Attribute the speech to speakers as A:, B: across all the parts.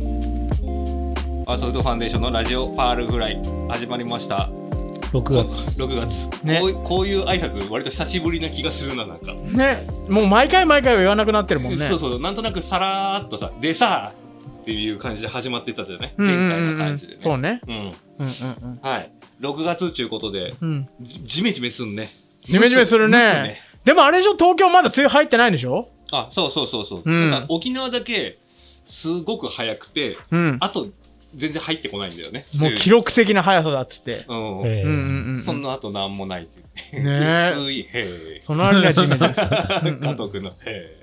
A: ファーストフードファンデーションのラジオパールぐらい始まりました
B: 6月。
A: 6月、
C: ね
A: こういこういう挨拶割と久しぶりな気がするななんか、
C: ね、もう毎回毎回は言わなくなってるもんね。
A: そうそうなんとなくさらーっとさでさっていう感じで始まってたじゃない
C: うんう
A: 前
C: んうん
A: 回の感じでね
C: そうね。
A: うん
C: うんうん
A: はい6月ということで
C: うん。うん。
A: じじめじめすんね
C: ジメジメする
A: 蒸す
C: ね。でもあれでしょ、東京まだ梅雨入ってないんでしょ
A: あそうそうそうそう、
C: うん
A: なんか沖縄だけすごく早くて
C: うん。
A: あと全然入ってこないんだよね
C: もう記録的な速さだっつって。
A: うん、
B: え
C: うんうんうん。
A: そん。な後なんもないっていう
C: ねえ
A: 薄いへえ
C: その割にはジメジ メする。
A: 加藤君の へえ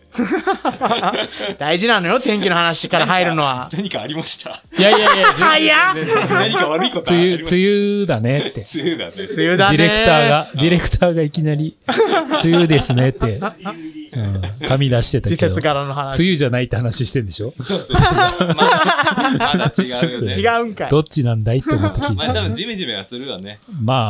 C: 大事なのよ、天気の話から入る のは。
A: 何かありました
B: いやいやいや、
C: 早っ
A: 何か悪いことあ
B: 梅
A: り
B: 雨、
A: ました
B: 梅雨だねって。
A: 梅雨だね
C: 梅雨
B: デ
C: だ
B: ィ
C: ね。
B: レクター。が、ディレクターがいきなり、梅雨ですねって、うん、紙出してたけ
C: 季
B: ど。
C: 節
B: 梅
C: からの話。
B: 雨じゃないって話してんでしょ
A: そうそうまだまだ違うよね
C: 違うんかい。
B: どっちなんだいって思って聞 い
A: ま
B: て
A: あ多
B: た。
A: 分ジメジメはするわね。
B: ま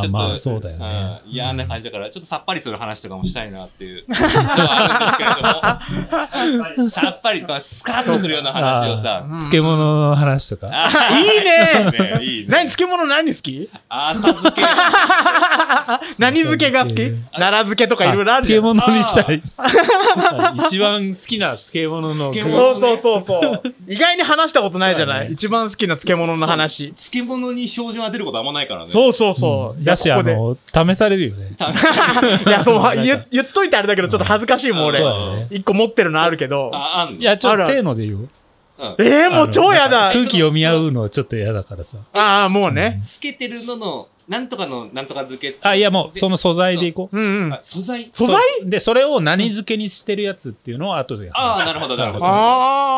A: ちょ
B: あ
A: っと
B: まあ、そうだよね。
A: うん嫌な感じだから、ちょっとさっぱりする話とかもしたいなっていうのはあるんですけれども、さっぱり、まあスカッとするような話をさ、
B: 漬物の話とか。
A: あ
C: いいね
A: ねいい
C: 何
A: ね。
C: 漬物何好き
A: 浅漬け。
C: 何漬けが好き
B: 漬
C: 奈良漬けとかいろいろあるじ
B: 漬
C: ゃん。
B: 物にしたい。一番好きな漬物の具
A: 漬物
C: そうそうそうそう。意外に話したことないじゃな
B: そうだ
C: い
B: ね
C: 一番好きな漬物の話。
A: 漬物に症状が出ることあんまないからね。
C: そうそうそう。いや
B: だし、あ
C: ここで
B: の、試されるよね。
C: い や、そう、
B: なんか
C: 言言っといてあれだけど、ちょっと恥ずかしいもん、
A: これ
B: そう
C: 俺。
B: だね。
C: 一個持ってるのあるけど。
A: あ、あんの
B: いや、ちょっ
C: ある
B: と、
C: ある
B: せーので言う。
A: うん
C: えー、もう超や
B: あのなんか
C: だ
B: 空気読み合うのはちょっと嫌だからさ。
C: ああ、もうね。
A: つけてるのの、なんとかの、なんとか漬けって。
B: あ、いやもう、
A: で
B: その素材でいこう。
C: うんうん
A: あ。素材
C: 素材
B: そうで、それを何漬けにしてるやつっていうのを後でやる。
A: ああ、なるほど、なるほど。
C: あ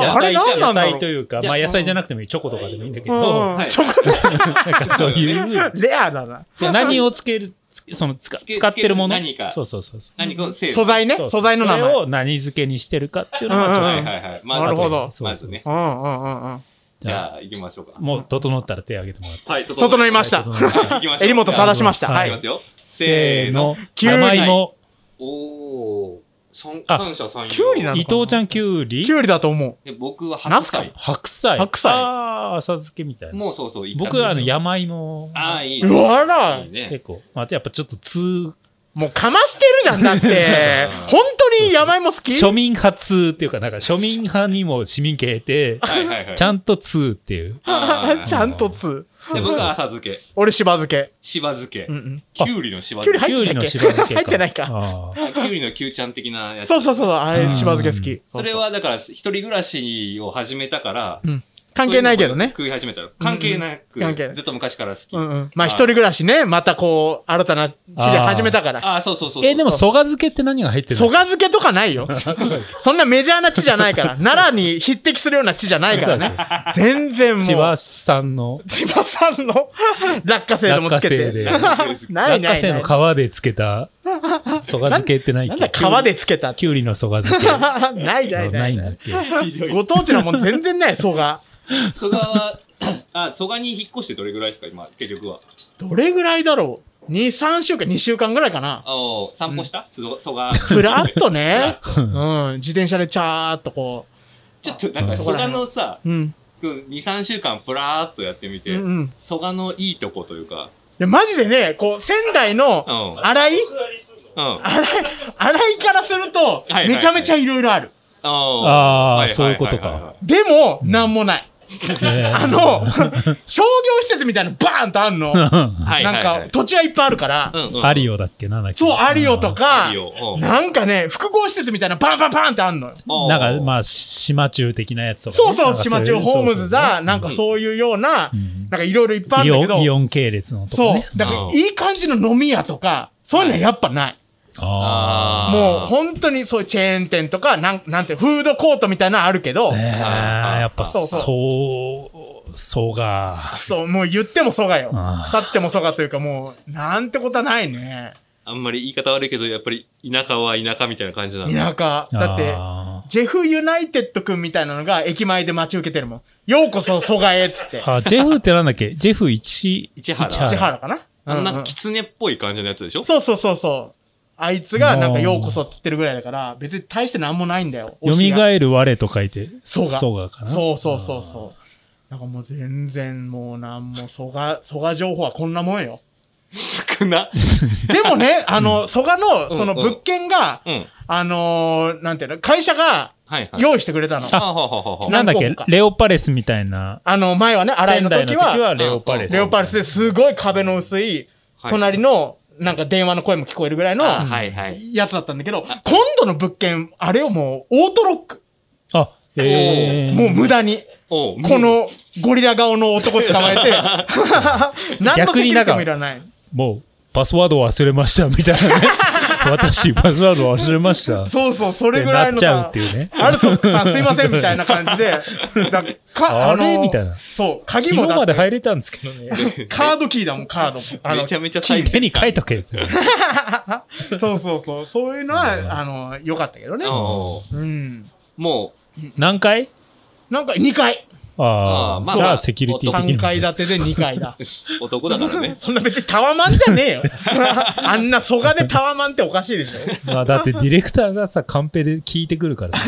C: あ、あれ
B: 野
C: 何なんだ
B: 菜
C: ろ
B: と
C: う
B: いうか、
A: じゃあ
B: まあ野菜じゃなくてもいい、チョコとかでもいいんだけ
C: うん
B: ど、
C: う
A: は
C: ん。
A: い
C: ちょこ
B: なんかそういう、
C: レアだな。
B: そう何をつける、つそのつか
A: つけ
B: 使ってるもの
A: つける何か
B: そうそうそうそう。
A: 何か、せ
C: 素材ね
B: そ。う
C: 素材の名
B: それ
C: 前。
B: を何漬けにしてるかっていうのがちょっと
C: うんうん
A: はいはいはい。まあ
C: なるほど
B: 後でそうそうそう
A: まず
C: うんうんうんうん。
A: じゃあ、行きましょうか。
B: もう整ったら手挙げてもらって。
A: はい、
C: 整いました。
B: 整いまし
A: 行きましょう。
C: 襟元正しました。
B: じゃあ
C: は
A: はい。いき
C: い
A: ま。すよ。
B: せ
A: せ
B: ー
A: ーの。
B: の。
C: きゅうり
B: 甘いも、
A: おー。三
B: あ
A: 三者三様。
C: きゅうりなの
B: 伊藤ちゃんきゅうり
C: キ、ュウリだと思
A: で僕は
C: ナ
A: 白
C: スか
A: 菜。
B: 白菜。
C: 白菜
B: ああ、浅漬けみたいな。
A: もうそうそう。一択
B: 僕はあの
A: ですよ
B: 山芋。
A: ああ、いい。
C: う。うわら
A: いい。ね。
B: 結構。まあやっぱちょっと通、
C: もうかましてるじゃん、だ って。本当に山芋好き
B: 庶民派通っていうか、なんか庶民派にも市民系で、
A: はいはいはい。
B: ちゃんと通っていう。
A: あー
C: ちゃんとつ。
A: で僕は浅漬け。
C: 俺、しば漬け。
A: しば漬け
C: うん。うん。
A: きゅうりのしば
C: きゅうり
A: 漬け。
C: 入ってたっけ
B: きゅうりのしば 漬けか
C: 入ってないか
B: ああ
A: あきゅうりのきゅうちゃん的なやつ。
C: そうそうそう、あ
B: う
C: れ、
B: ん
C: しば漬け好き。
A: それはだから、一人暮らしを始めたから、
C: 関係ないけどね。
A: そういうのを食い始めたの。関係なく、
C: うん関係ない
A: ずっと昔から好き。
C: うんうん。まあ、
A: あ
C: 一人暮らしね、またこう、新たな地で始めたから。
A: ああ、そうそう そうそう。
B: え、でも、蘇我漬けって何が入ってる
C: 蘇
B: の
C: 我漬けとかないよ。 そんなメジャーな地じゃないから。奈良に匹敵するような地じゃないからね。全然もう。
B: 千葉さんの
C: 千葉さんの落花生で
B: 落
C: もつ
B: 花
C: け
B: 生
C: て。
B: で、
A: なん
B: 落
A: かそうです
C: ないな
B: 花
C: いな
B: 生
C: い。
B: の皮でつけ た、蘇我漬けってないっ
C: なん
B: け
C: だ、皮でつけたって。
B: きゅうりの蘇我漬け。
C: ないないな
B: ない
C: い
B: ん
C: な
B: だっ
C: い。
B: け
A: ひどい
C: ご当地なもん全然ない、蘇我。
A: 蘇我は、あ、蘇我に引っ越してどれぐらいですか、今、結局は。
C: どれぐらいだろう ?2、3週間、2週間ぐらいかな。
A: あお散歩した蘇蘇我。
C: ふらっとね。うん。自転車でちゃーっとこ
A: ちょっとなんか、蘇我のさ、
C: う。うん。
A: 2、3週間、ぷらーっとやってみ
C: うん
A: て、
C: うん。い
A: 蘇我のいいとこというか、
C: や、マジでね、こう、仙台の
A: う、ん。
C: 洗い
A: うん。
C: 洗い、洗いからすると
A: いはいは、い
C: めちゃめちゃいろいろある。
B: あー
A: あ
B: そういうことか。
C: でも、なんもない。
B: ね
C: あ の、商業施設みたいなのバーンと あんの。
A: はいは
C: ないん
A: はい
C: か、土地はいっぱいあるから、
A: うんうん
B: アリオだっけな、なんだっけ
C: そう、アリオとか
A: いい、よ
C: なんかね、複合施設みたいなバンバンバンってあんのよ。
A: うん
B: なんか、まあ、島中的なやつとかね。
C: そうそ
B: なん
C: う、
B: かい
C: 島中ホームズだ、なんか
A: うん
C: そういうような
B: う、ん
C: なんかいろいろいっぱいあ
B: イ
C: るんだけ
B: オン、イ
C: ど、
B: オン系列のと
C: そ
B: かね。
C: う、だか
A: う
C: ら
A: ん
C: いい感じの飲み屋とか、そういうのはやっぱない。
B: あ
C: もう本当にそういうチェーン店とか、なん、なんていう、フードコートみたいなのあるけど
B: あ。、ねえ
A: あー
B: やっぱ、
C: そう
B: そう、そうが。
C: そう、もう言ってもそがよ
B: あ。ー
C: 腐ってもそがというか、もう、なんてことはないね。
A: あんまり言い方悪いけど、やっぱり田舎は田舎みたいな感じなんだ。
C: 田舎。だって、
B: あ
C: ジェフユナイテッド君みたいなのが駅前で待ち受けてるもん。ようこそ、蘇我へっつって。
B: ーあ、ジェフってなんだっけジェフ一、
A: 市原
C: 千
B: 原。
C: 原かな
A: あん
C: うんう
A: なん狐っぽい感じのやつでしょ
C: そうそうそうそう。あいつがなんかようこそっつってるぐらいだから、別に大してなんもないんだよ。推しが
B: 蘇る我と書いて、
C: 蘇我
B: 蘇我かな。
C: そうそうそうそう。なんかもう全然もうなんも、蘇我、蘇我情報はこんなもんよ。
A: 少な。
C: でもね、あの、蘇我のその
A: うんうん
C: 物件が、
A: うん。
C: あのー、なんていうの、会社が
A: はいはい。
C: 用意してくれたの。
A: あ、ほうほうほうほう。
B: なんだっけ
C: 何個か
B: レオパレスみたいな。
C: あの、前はね、洗いの時
B: 仙台
C: は、
B: レオパレス。
C: レオパルスですごい壁の薄い、
A: はい
C: 隣の、なんか電話の声も聞こえるぐらいの、
A: あはいはい。
C: やつだったんだけど、今度の物件、あれをもう、オートロック。
B: あ、えー、
C: もう無駄に、
A: おう
C: こ、のゴリラ顔の男捕まえて、何のセキュリティもいらない。
B: もう、パスワード忘れましたみたい なね。私、パスワード忘れました。っ
C: そうそう、それ
B: て
C: ぐら
B: ないっ
C: の
B: ちゃう
C: さ
B: っていうね。
C: アルソックさんすいませんみたいな感じ で、だか
B: あれみたいな。
C: そう、鍵
B: 昨
C: も
B: 日
C: だ
B: ま
C: って
B: で入れたんですけど ね。
C: カードキーだもん、カード も。あの
A: めち、ゃめちゃ
B: キ
A: 最
B: ー
A: 先
B: 手に書いとけって。
C: そうそうそう、そういうの
B: うん
C: は、あの、良かったけどね。
A: おう
C: うん。
A: も
B: 何回
C: なんか2階。
B: あ
A: あー
B: あ、
A: まあ
B: じゃあセキュリティ的に
C: 3
B: も。
C: 階建てで2階だ。
A: う、男だからね。
C: そんな別にタワマンじゃね えよ。あんな蘇我でタワマンっておかしいでしょ。
B: まあだってディレクターがさ、カンペで聞いてくる から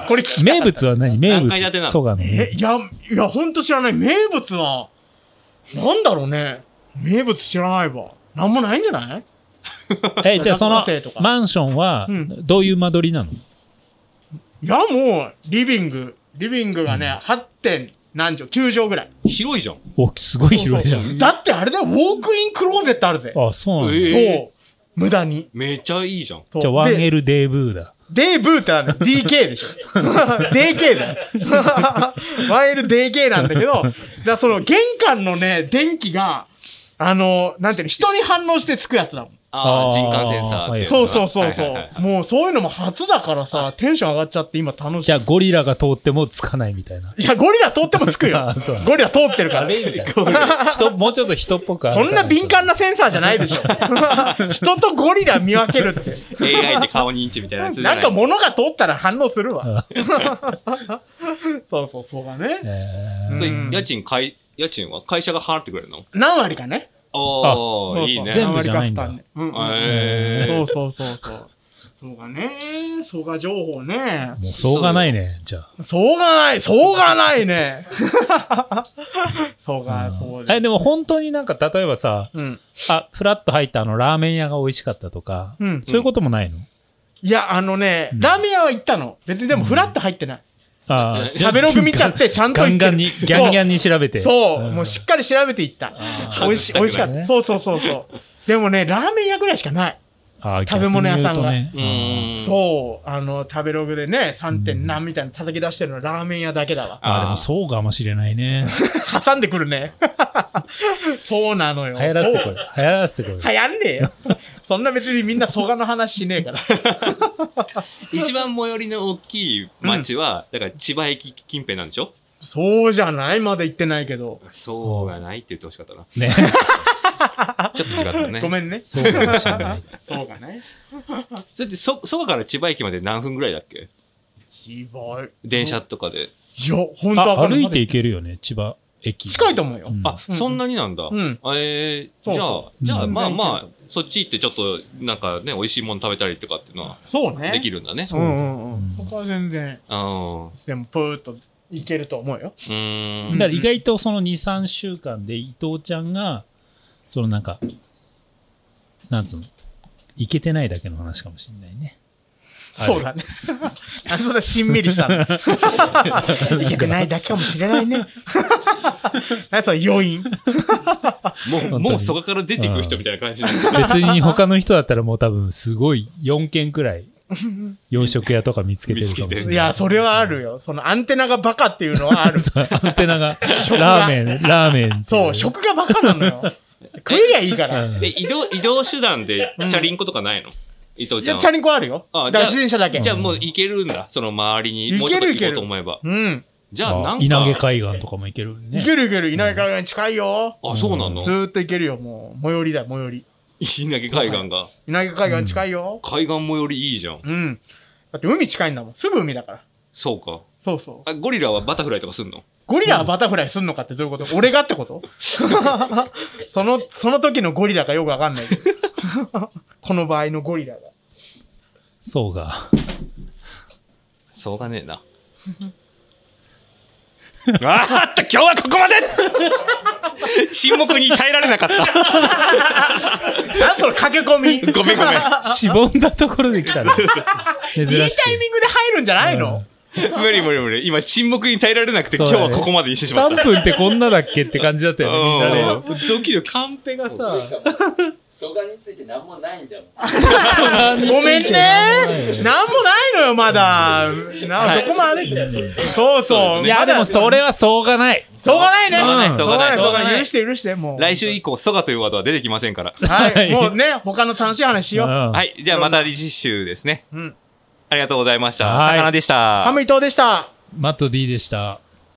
B: ね。
C: これ聞き
B: 名物は何名
A: 何
B: 物
A: 階建てなの
B: 蘇我のね。
C: え、いや、いや、ほんと知らない。名物は、なんだろうね。名物知らないわ。なんもないんじゃない
B: え、じゃあそ
C: ラ
B: の
C: ブカフェとか
B: マンションは
C: うん
B: どういう間取りなの
C: いや、もう、リビング。リビングがね、8. 点何畳 ?9 畳ぐらい。
A: 広いじゃん。
B: お、すごい広いじゃん。
C: だってあれだよ、ウォークインクローゼットあるぜ。
B: あ、そうなんだ。
A: え
C: そう。無駄に。
A: めっちゃいいじゃん。
C: そう
B: じゃあワン
C: で
B: エルデーブーだ。
C: デーブーってなんだ よ DK でしょ。DK だよ。1LDK なんだけど、だからその玄関のね、電気が、あの、なんていうの、人に反応してつくやつだもん。
A: ああ、
B: あー
A: 人感センサーっていの
C: そう
A: が
C: そうそうそ。
A: はいはいはいう
C: もうそういうのも初だからさ、テンション上がっちゃって今楽しい。
B: じゃあゴリラが通ってもつかないみたいな。
C: いや、ゴリラ通ってもつくよ
B: あそう。
C: ゴリラ通ってるから。
B: 人、もうちょっと人っぽくある
C: そ
B: から
C: んな敏感なセンサーじゃないでし ょ。人とゴリラ見分けるって。
A: AI で顔認知みたいなやつじゃない
C: なんか物が通ったら反応するわ。 そうそう、そうだね。
B: え
A: それ
C: うん
A: 家賃かい、家賃は会社が払ってくれるの
C: 何割かね。
A: お
C: そうそ
A: ー、
C: う
A: いいね。
B: 全部じゃないんだ
C: 何割か負担ねうんうん
A: え
C: そ
A: ー
C: うそうそうそう。そうがね、そうが情報ね
B: ー。もうそうがないね、じゃあ。
C: そうがない、そうがないね。 そうが、そう
B: え、
C: で。
B: でも本当になんか例えばさ、
C: うん。
B: あ、フラッと入ったあのラーメン屋が美味しかったとか
C: う、ん。
B: そういうこともないの
C: いや、あのね、
B: うん
C: ラーメン屋は行ったの。別にでもフラッと入ってない。
B: ああ、じゃあ
C: 食べログ見ちゃって、ちゃんと
B: ガ
C: 行
B: ン
C: って
B: ガ
C: る
B: ンに、ギャンギャンに調べて。
C: そう、
B: ん
C: もうしっかり調べていった。
B: あ
A: ー
C: 美味しい、美味しかった。
B: ね
C: そうそうそうそう。でもね、ラーメン屋ぐらいしかない。
B: あー
C: 食べ物屋さんが
A: う
B: 逆に言うとね
A: ん。う。
C: そう、あの、食べログでね、3点何みたいな叩き出してるのはラーメン屋だけだわ。
B: あーあー、でもそうかもしれないね。
C: 挟んでくるね。 そうなのよ。
B: 流行らせてこ
C: そ
B: い。
C: う
B: 流行らせてこい。
C: 流行んねえよ。そんな別にみんな蘇我の話しねえから。
A: 一番最寄りの大きい町は、だから千葉駅近辺なんでしょ
C: そうじゃないまだ言ってないけど。
A: そうがないって言ってほしかったな。
B: ね。
A: ちょっと違った ね。
C: ごめんね。
B: そうかもしれない。
C: そうかね。
A: だって、そ、そばから千葉駅まで何分ぐらいだっけ
C: 千葉へ。
A: 電車とかで。
C: いや、ほんと
B: あ
C: わかんない
B: 歩いていけるよね、千葉駅。
C: 近いと思うよ。
B: うん
A: あ、そんなになんだ。
C: うん。
A: えー、
C: そう
A: じゃ
C: そ
A: あ、じゃあ、
B: うん
A: まあま
C: 全然いけ
A: あ、そっち行ってちょっと、なんかね、美味しいもの食べたりとかっていうのは、
C: そうね。
A: できるんだね
C: うんうんうん。
B: う
C: そ
B: ん
C: こは全然、
A: あー
C: でもプーっといけると思うよ。
A: うー
B: だ
A: ん。
B: から意外とその2、3週間で伊藤ちゃんが、そのなんか、なんつうの、いけてないだけの話かもしれないね。あれ
C: そうだね。あのそれしんみりしたの。いけてないだけかもしれないね。何その要因。
A: もう、
B: に
A: もうそこから出てくる人みたいな感じなんだ
B: 別に他の人だったらもう多分すごい4軒くらい洋食屋とか見つけてるかもしれない。
C: いや、それはあるよ。そのアンテナがバカっていうのは ある。
B: そうアンテナが、
C: 食が
B: ラーメン、ラーメンってい。
C: そう、食がバ カなのよ。食えりゃいいか
B: う
C: ら。
B: ん
A: で、移動、移動手段で、チャリンコとかないの、伊藤ちゃ
C: い
A: ん
C: や、
A: は。
C: チャリンコあるよ。
A: あ
C: だから自転車だけ。
A: じゃあもう行けるんだ。その周りに。
C: 行ける
A: もうちょっと行こうと思えば。
C: うん。
A: じゃあなんか。
B: 稲毛海岸とかも行けるね
C: い。けるいける。稲毛海岸近いよ。
A: あ、そうなの
C: ずーっといけるよ、もう。最寄りだよ、最寄り。
A: 稲毛海岸が。
C: 稲毛海岸近いよ。
A: 海岸もよりいいじゃん。
C: うん。だって海近いんだもん。すぐ海だから。
A: そうか。
C: そうそう。
A: あ、ゴリラはバタフライとかすんの
C: ゴリラはバタフライすんのかってどういうこと俺がってことその、その時のゴリラがよくわかんないけど。この場合のゴリラが。
B: そうが。
A: そうがねえな。 あーっと、今日はここまで 沈黙に耐えられなかった。
C: なんその駆け込みいい
A: ごめんごめん。
B: しぼんだところで来 たね。珍しく
C: タイミングで入るんじゃないの、
A: 無理無理無理。今、沈黙に耐えられなくて、
B: そ
A: 今
B: う
A: 日
B: だね
A: はここまでにしてしまった。
B: 3分ってこんなだっけって感じだったよね、みんなね。
A: うんドキドキ。カンペが
D: そうかも。蘇我について何もないんだもん。
C: ごめんね。なんもないのよ、まだ。な、
A: はい
C: どこまで。そうそう。
A: う
B: いや、でもそれはしょうがない。
C: しょうがないね。
A: しょうがない
C: ん
A: しょうがない
C: しょ
A: しょ
C: うが
A: うがない
C: 許して、許して、もう。
A: 来週以降、ソガというワードは出てきませんから。
C: はい。もうね、他の楽しい話しよう。
B: は。
A: はいい。じゃあ、また次週ですね。
C: うん。
A: ありがとうございました。
B: はい
A: 魚でした。
C: ハム伊藤でした。
B: マット D でした。